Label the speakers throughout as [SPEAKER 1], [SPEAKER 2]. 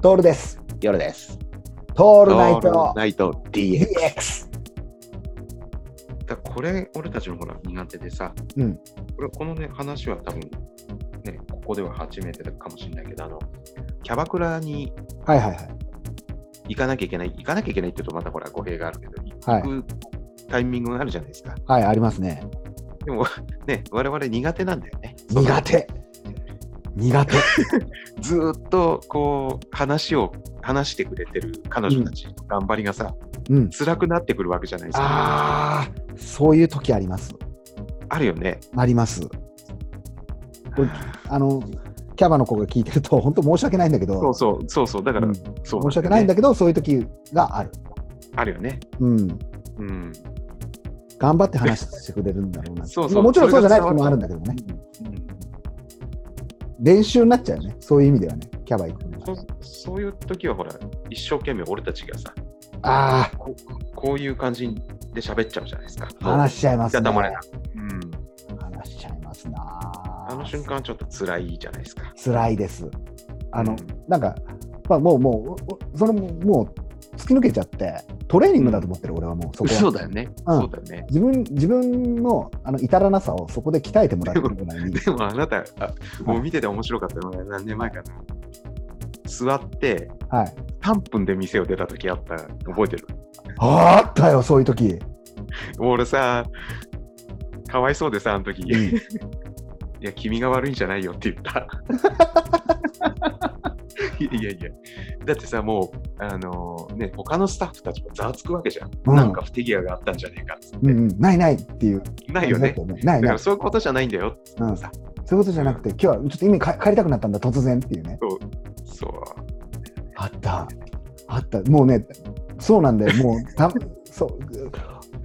[SPEAKER 1] トールです。
[SPEAKER 2] 夜です。
[SPEAKER 1] トー
[SPEAKER 2] オ
[SPEAKER 1] ルナイト
[SPEAKER 2] ナイト DX。
[SPEAKER 1] DX。
[SPEAKER 2] だこれ、俺たちのほら、苦手でさ、
[SPEAKER 1] うん
[SPEAKER 2] これこのね、話は多分、ね、ここでは初めてかもしれないけど、あの、キャバクラに
[SPEAKER 1] はいはいはい。
[SPEAKER 2] 行かなきゃいけない、行かなきゃいけないって言うとまたほら、語弊があるけど、
[SPEAKER 1] はい
[SPEAKER 2] 行くタイミングがあるじゃないですか。
[SPEAKER 1] はい、ありますね。
[SPEAKER 2] でも、ね、我々苦手なんだよね。
[SPEAKER 1] 苦手。苦手。
[SPEAKER 2] ずーっと、こう、話を、話してくれてる彼女たちの頑張りがさ、
[SPEAKER 1] うん。
[SPEAKER 2] 辛くなってくるわけじゃないですか。
[SPEAKER 1] ああ、そういう時あります。
[SPEAKER 2] あるよね。
[SPEAKER 1] あります。これあの、キャバの子が聞いてると、本当申し訳ないんだけど、
[SPEAKER 2] そうそう、そうそう、だから、
[SPEAKER 1] うん
[SPEAKER 2] そう、
[SPEAKER 1] 申し訳ないんだ
[SPEAKER 2] け
[SPEAKER 1] けど、そういう時がある。
[SPEAKER 2] ど。あるよね。
[SPEAKER 1] うん。
[SPEAKER 2] うん。
[SPEAKER 1] 頑張って話してくれるんだろうな。
[SPEAKER 2] そうそう
[SPEAKER 1] もちろんそうじゃない時
[SPEAKER 2] それ
[SPEAKER 1] もあ
[SPEAKER 2] が
[SPEAKER 1] る
[SPEAKER 2] 伝
[SPEAKER 1] んだけどね。
[SPEAKER 2] うん
[SPEAKER 1] 練習になっちゃうよね。そういう意味ではね。キャバ行くのは。
[SPEAKER 2] そそういう時はほら、一生懸命俺たちがさ、
[SPEAKER 1] あ
[SPEAKER 2] ここういう感じで喋っちゃうじゃないですか。
[SPEAKER 1] あ、話しちゃい
[SPEAKER 2] もう
[SPEAKER 1] ま
[SPEAKER 2] いた
[SPEAKER 1] す
[SPEAKER 2] た
[SPEAKER 1] ね。
[SPEAKER 2] まれない。うん。
[SPEAKER 1] 話しちゃいますな。
[SPEAKER 2] あの瞬間はちょっと辛いじゃないですか。
[SPEAKER 1] 辛いです。あ
[SPEAKER 2] う
[SPEAKER 1] の
[SPEAKER 2] ん、
[SPEAKER 1] なんか、まあ、もう、もう、それも、もう、突き抜けちゃって、トレーニングだと思ってる、俺はもう、そこは。
[SPEAKER 2] そうだよね。
[SPEAKER 1] うん
[SPEAKER 2] そうだよね。
[SPEAKER 1] 自分、自分の、あの、至らなさを、そこで鍛えてもらってるぐらいに。
[SPEAKER 2] でもあなた、あもう見てて面白かったのが何年前かな。座って
[SPEAKER 1] はい。
[SPEAKER 2] 3分で店を出た時あった覚えてる
[SPEAKER 1] あったよ、そういう時。
[SPEAKER 2] 俺さ、かわいそうでさ、あの時。 いや、君が悪いんじゃないよって言った。 いやいやいや。だってさ、もう、あのね、他のスタッフたちもざわつくわけじゃん。
[SPEAKER 1] うん
[SPEAKER 2] なんか不手際があったんじゃねえかっつっ
[SPEAKER 1] う
[SPEAKER 2] て。
[SPEAKER 1] んうん、ないないっていう。
[SPEAKER 2] ないよ
[SPEAKER 1] な
[SPEAKER 2] ね
[SPEAKER 1] い。ない
[SPEAKER 2] だか
[SPEAKER 1] ない
[SPEAKER 2] ら。そういうことじゃないんだよ。
[SPEAKER 1] うんそういうことじゃなくて、今日はちょっと意味か帰りたくなったんだ、突然っていうね。
[SPEAKER 2] そう。
[SPEAKER 1] あった。あった。もうね、そうなん だよ。もう、たそう。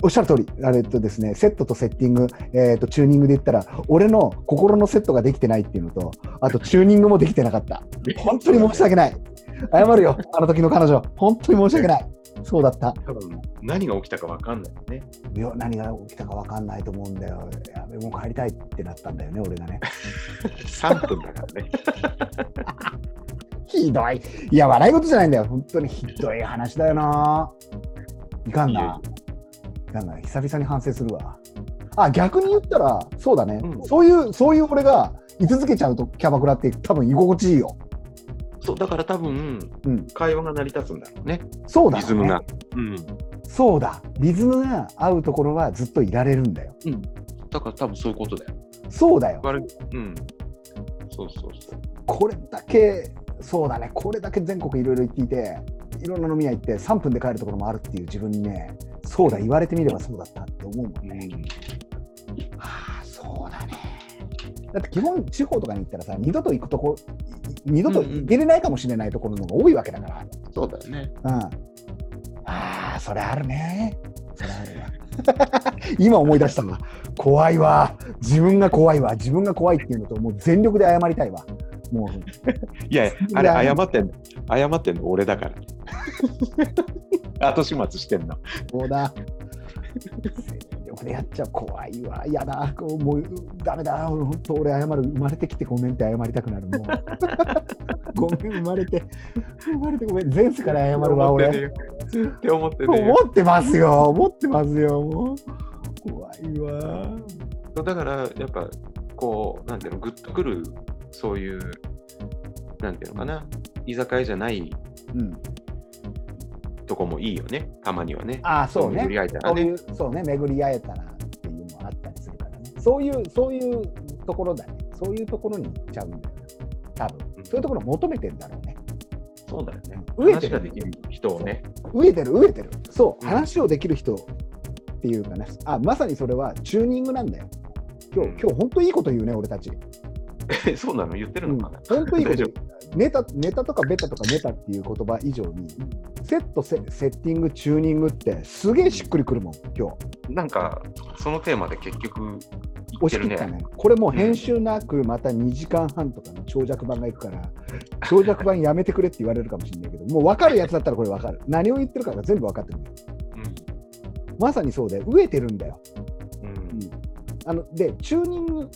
[SPEAKER 1] おっしゃる通り、あれとですね、セットとセッティング、えー、とチューニングで言ったら、俺の心のセットができてないっていうのと、あとチューニングもできてなかった。本当に申し訳ない。謝るよ、あの時の彼女。本当に申し訳ない。そうだった。
[SPEAKER 2] 多分何が起きたかわかんないよね。
[SPEAKER 1] いや何が起きたか分かんないと思うんだよ。やべ、もう帰りたいってなったんだよね、俺がね。
[SPEAKER 2] 3分だからね。
[SPEAKER 1] ひどい。いや、笑い事じゃないんだよ。本当にひどい話だよな。いかん
[SPEAKER 2] いやい
[SPEAKER 1] な
[SPEAKER 2] や。
[SPEAKER 1] いかんな。久々に反省するわ。あ、逆に言ったら、そうだね。
[SPEAKER 2] うん
[SPEAKER 1] そういう、そういう俺が居続けちゃうとキャバクラって多分居心地いいよ。
[SPEAKER 2] そう、だから多分、
[SPEAKER 1] うん
[SPEAKER 2] 会話が成り立つんだろうね。
[SPEAKER 1] そうだ、
[SPEAKER 2] リ
[SPEAKER 1] ね。
[SPEAKER 2] ズムが。。うん。
[SPEAKER 1] そうだ。リズムが合うところはずっといられるんだよ。
[SPEAKER 2] だから多分そういうことだよ。
[SPEAKER 1] そうだよ。
[SPEAKER 2] 悪い。うん。そうそうそう。
[SPEAKER 1] これだけ、そうだね。これだけ全国いろいろ行っていて、いろんな飲み屋行って3分で帰るところもあるっていう自分にね、そうだ、言われてみればそうだったって思うもんね。ああそうだねだって基本地方とかに行ったらさ二度と行くとこい二度と行けれないかもしれないところの方が多いわけだから
[SPEAKER 2] そうだよね。
[SPEAKER 1] うんああそれあるねそれあるわ 今思い出したんだ怖いわ自分が怖いわ自分が怖いっていうのともう全力で謝りたいわもう
[SPEAKER 2] いやい
[SPEAKER 1] それ
[SPEAKER 2] や、
[SPEAKER 1] ぐらい
[SPEAKER 2] あれ謝ってんの、謝ってんの俺 だから。後始末してんの。
[SPEAKER 1] そうだ全力でやっちゃう怖いわ嫌だこうもうダメだ本当俺謝る生まれてきてごめんって謝りたくなる もうごめん生まれて生まれてごめん前世から謝るわ俺
[SPEAKER 2] って思ってね
[SPEAKER 1] 思ってますよ思ってますよもう怖いわ
[SPEAKER 2] だから、やっぱ、こう、なんていうの、グッとくる、そういう、なんていうのかな、居酒屋じゃない
[SPEAKER 1] うん
[SPEAKER 2] とこもいいよね、たまにはね。
[SPEAKER 1] ああそうね
[SPEAKER 2] 巡り合えた
[SPEAKER 1] そ
[SPEAKER 2] ら
[SPEAKER 1] うい
[SPEAKER 2] ね。
[SPEAKER 1] うそうね巡り合えたらっていうのもあったりするからねそういうそういうところだねそういうところに行っちゃうんだよね多分
[SPEAKER 2] うん
[SPEAKER 1] そういうところ求めてんだろうね
[SPEAKER 2] そうだよね。
[SPEAKER 1] 飢えてる
[SPEAKER 2] 話ができる人をね。
[SPEAKER 1] 飢えてる飢えてるそう、
[SPEAKER 2] うん
[SPEAKER 1] 話をできる人っていうかねあまさにそれはチューニングなんだよ今日
[SPEAKER 2] うん
[SPEAKER 1] 今日本当いいこと言うね俺たち、
[SPEAKER 2] えそうなの言ってる
[SPEAKER 1] うん、
[SPEAKER 2] のか
[SPEAKER 1] 本
[SPEAKER 2] な、
[SPEAKER 1] 当いいこと
[SPEAKER 2] 大丈
[SPEAKER 1] 言うネタネタとかベタとかネタっていう言葉以上にセットセセッティングチューニングってすげえしっくりくるもん今日
[SPEAKER 2] なんか、そのテーマで結局、言って
[SPEAKER 1] 押し
[SPEAKER 2] る
[SPEAKER 1] 切っ
[SPEAKER 2] ね
[SPEAKER 1] た。ねこれもう編集なくまた2時間半とかの長尺版がいくから長尺版やめてくれって言われるかもしれないけどもう分かるやつだったらこれ分かる何を言ってるかが全部分かってるんだよまさにそうで飢えてるんだよ
[SPEAKER 2] うんうん
[SPEAKER 1] あのでチューニング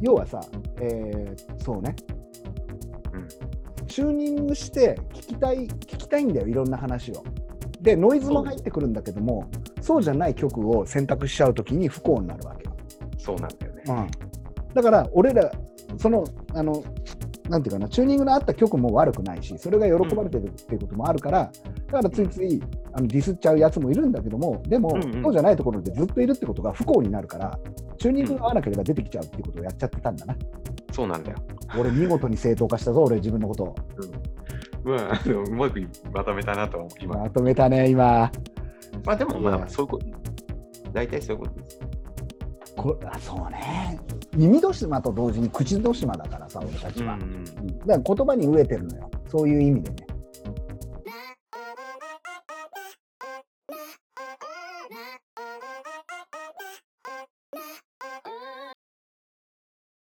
[SPEAKER 1] 要はさ、えーそうね、
[SPEAKER 2] うん
[SPEAKER 1] チューニングして聞きたい聞きたいんだよいろんな話を。でノイズも入ってくるんだけどもそうじゃない曲を選択しちゃうときに不幸になるわけよ。
[SPEAKER 2] そうなんだよね。
[SPEAKER 1] だから俺らそのあのなんていうかなチューニングの合った曲も悪くないしそれが喜ばれてるっていうこともあるから、だからついついあのディスっちゃうやつもいるんだけどもでも、
[SPEAKER 2] うんうん
[SPEAKER 1] そうじゃないところでずっといるってことが不幸になるからチューニングが合わなければ出てきちゃうっていうことをやっちゃってたんだな、
[SPEAKER 2] そうなんだよ。
[SPEAKER 1] 俺見事に正当化したぞ俺自分のことを
[SPEAKER 2] まあ、あのうまくまとめたなとは思う今。
[SPEAKER 1] まとめたね今
[SPEAKER 2] まあでも、
[SPEAKER 1] い
[SPEAKER 2] ま
[SPEAKER 1] や
[SPEAKER 2] あ、そういうこと、大体そういうことです。
[SPEAKER 1] こあそうね耳戸島と同時に口戸島だからさ俺たちは、
[SPEAKER 2] ん
[SPEAKER 1] うんだから言葉に飢えてるのよそういう意味でね